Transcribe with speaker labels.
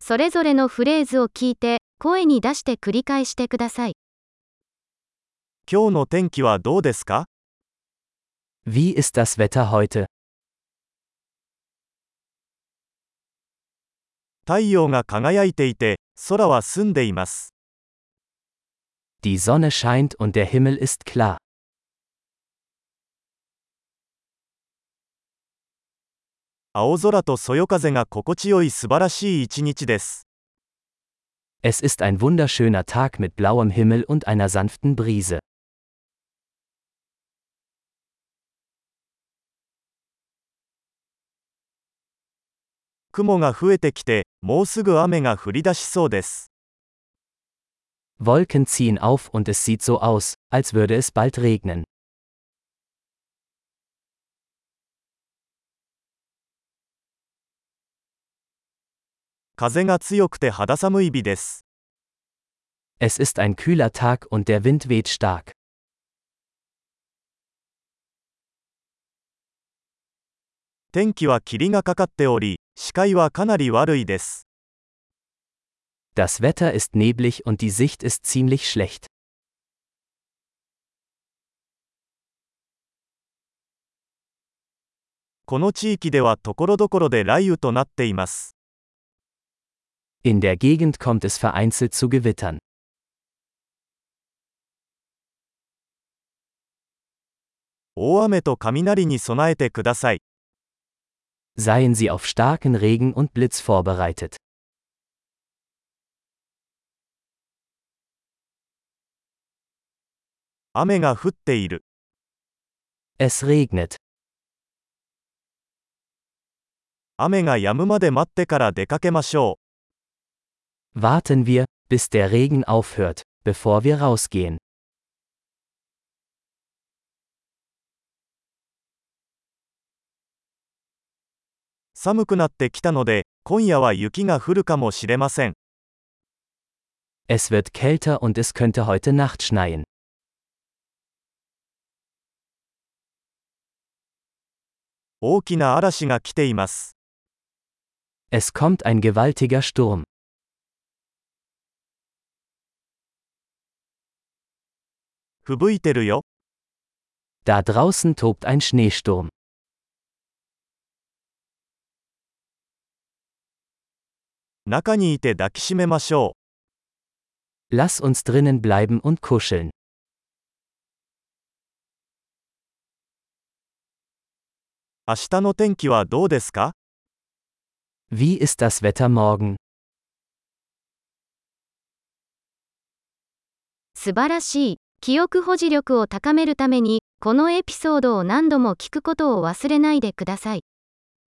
Speaker 1: それぞれのフレーズを聞いて、声に出して繰り返してください。
Speaker 2: 今日の天気はどうですか
Speaker 3: Wie ist das Wetter heute?
Speaker 2: 太陽が輝いていて、空は澄んでいます。
Speaker 3: Die Sonne scheint und der Himmel ist klar.
Speaker 2: 青空とそよ風が心地よい素晴らしい一日です。
Speaker 3: Es ist ein wunderschöner Tag mit blauem Himmel und einer sanften Brise.
Speaker 2: 雲が増えてきて、もうすぐ雨が降り出しそうです。
Speaker 3: Wolken ziehen auf und es sieht so aus, als würde es bald regnen.
Speaker 2: 風が強くて肌寒い日です。
Speaker 3: Es ist ein kühler Tag und der Wind weht stark.
Speaker 2: 天気は霧がかかっており、視界はかなり悪いです。
Speaker 3: Das Wetter ist neblig und die Sicht ist ziemlich schlecht.
Speaker 2: この地域ではところどころで雷雨となっています。
Speaker 3: In der Gegend kommt es vereinzelt zu Gewittern.
Speaker 2: 大雨と雷に備えてください。
Speaker 3: Seien Sie auf starken Regen und Blitz vorbereitet.
Speaker 2: 雨が降っている。
Speaker 3: Es regnet.
Speaker 2: 雨が止むまで待ってから出かけましょう。
Speaker 3: Warten wir, bis der Regen aufhört, bevor wir rausgehen.
Speaker 2: 寒くなってきたので、今夜は雪が降るかもしれません。
Speaker 3: Es wird kälter und es könnte heute Nacht schneien.
Speaker 2: 大きな嵐が来ています。
Speaker 3: Es kommt ein gewaltiger Sturm.
Speaker 2: 吹雪いてるよ。
Speaker 3: Da draußen tobt ein Schneesturm.
Speaker 2: 中にいて抱きしめましょ
Speaker 3: Lass uns drinnen bleiben und kuscheln.
Speaker 2: う。明日の天気はどうですか
Speaker 3: Wie ist das Wetter morgen?
Speaker 1: 素晴らしい。記憶保持力を高めるために、このエピソードを何度も聞くことを忘れないでください。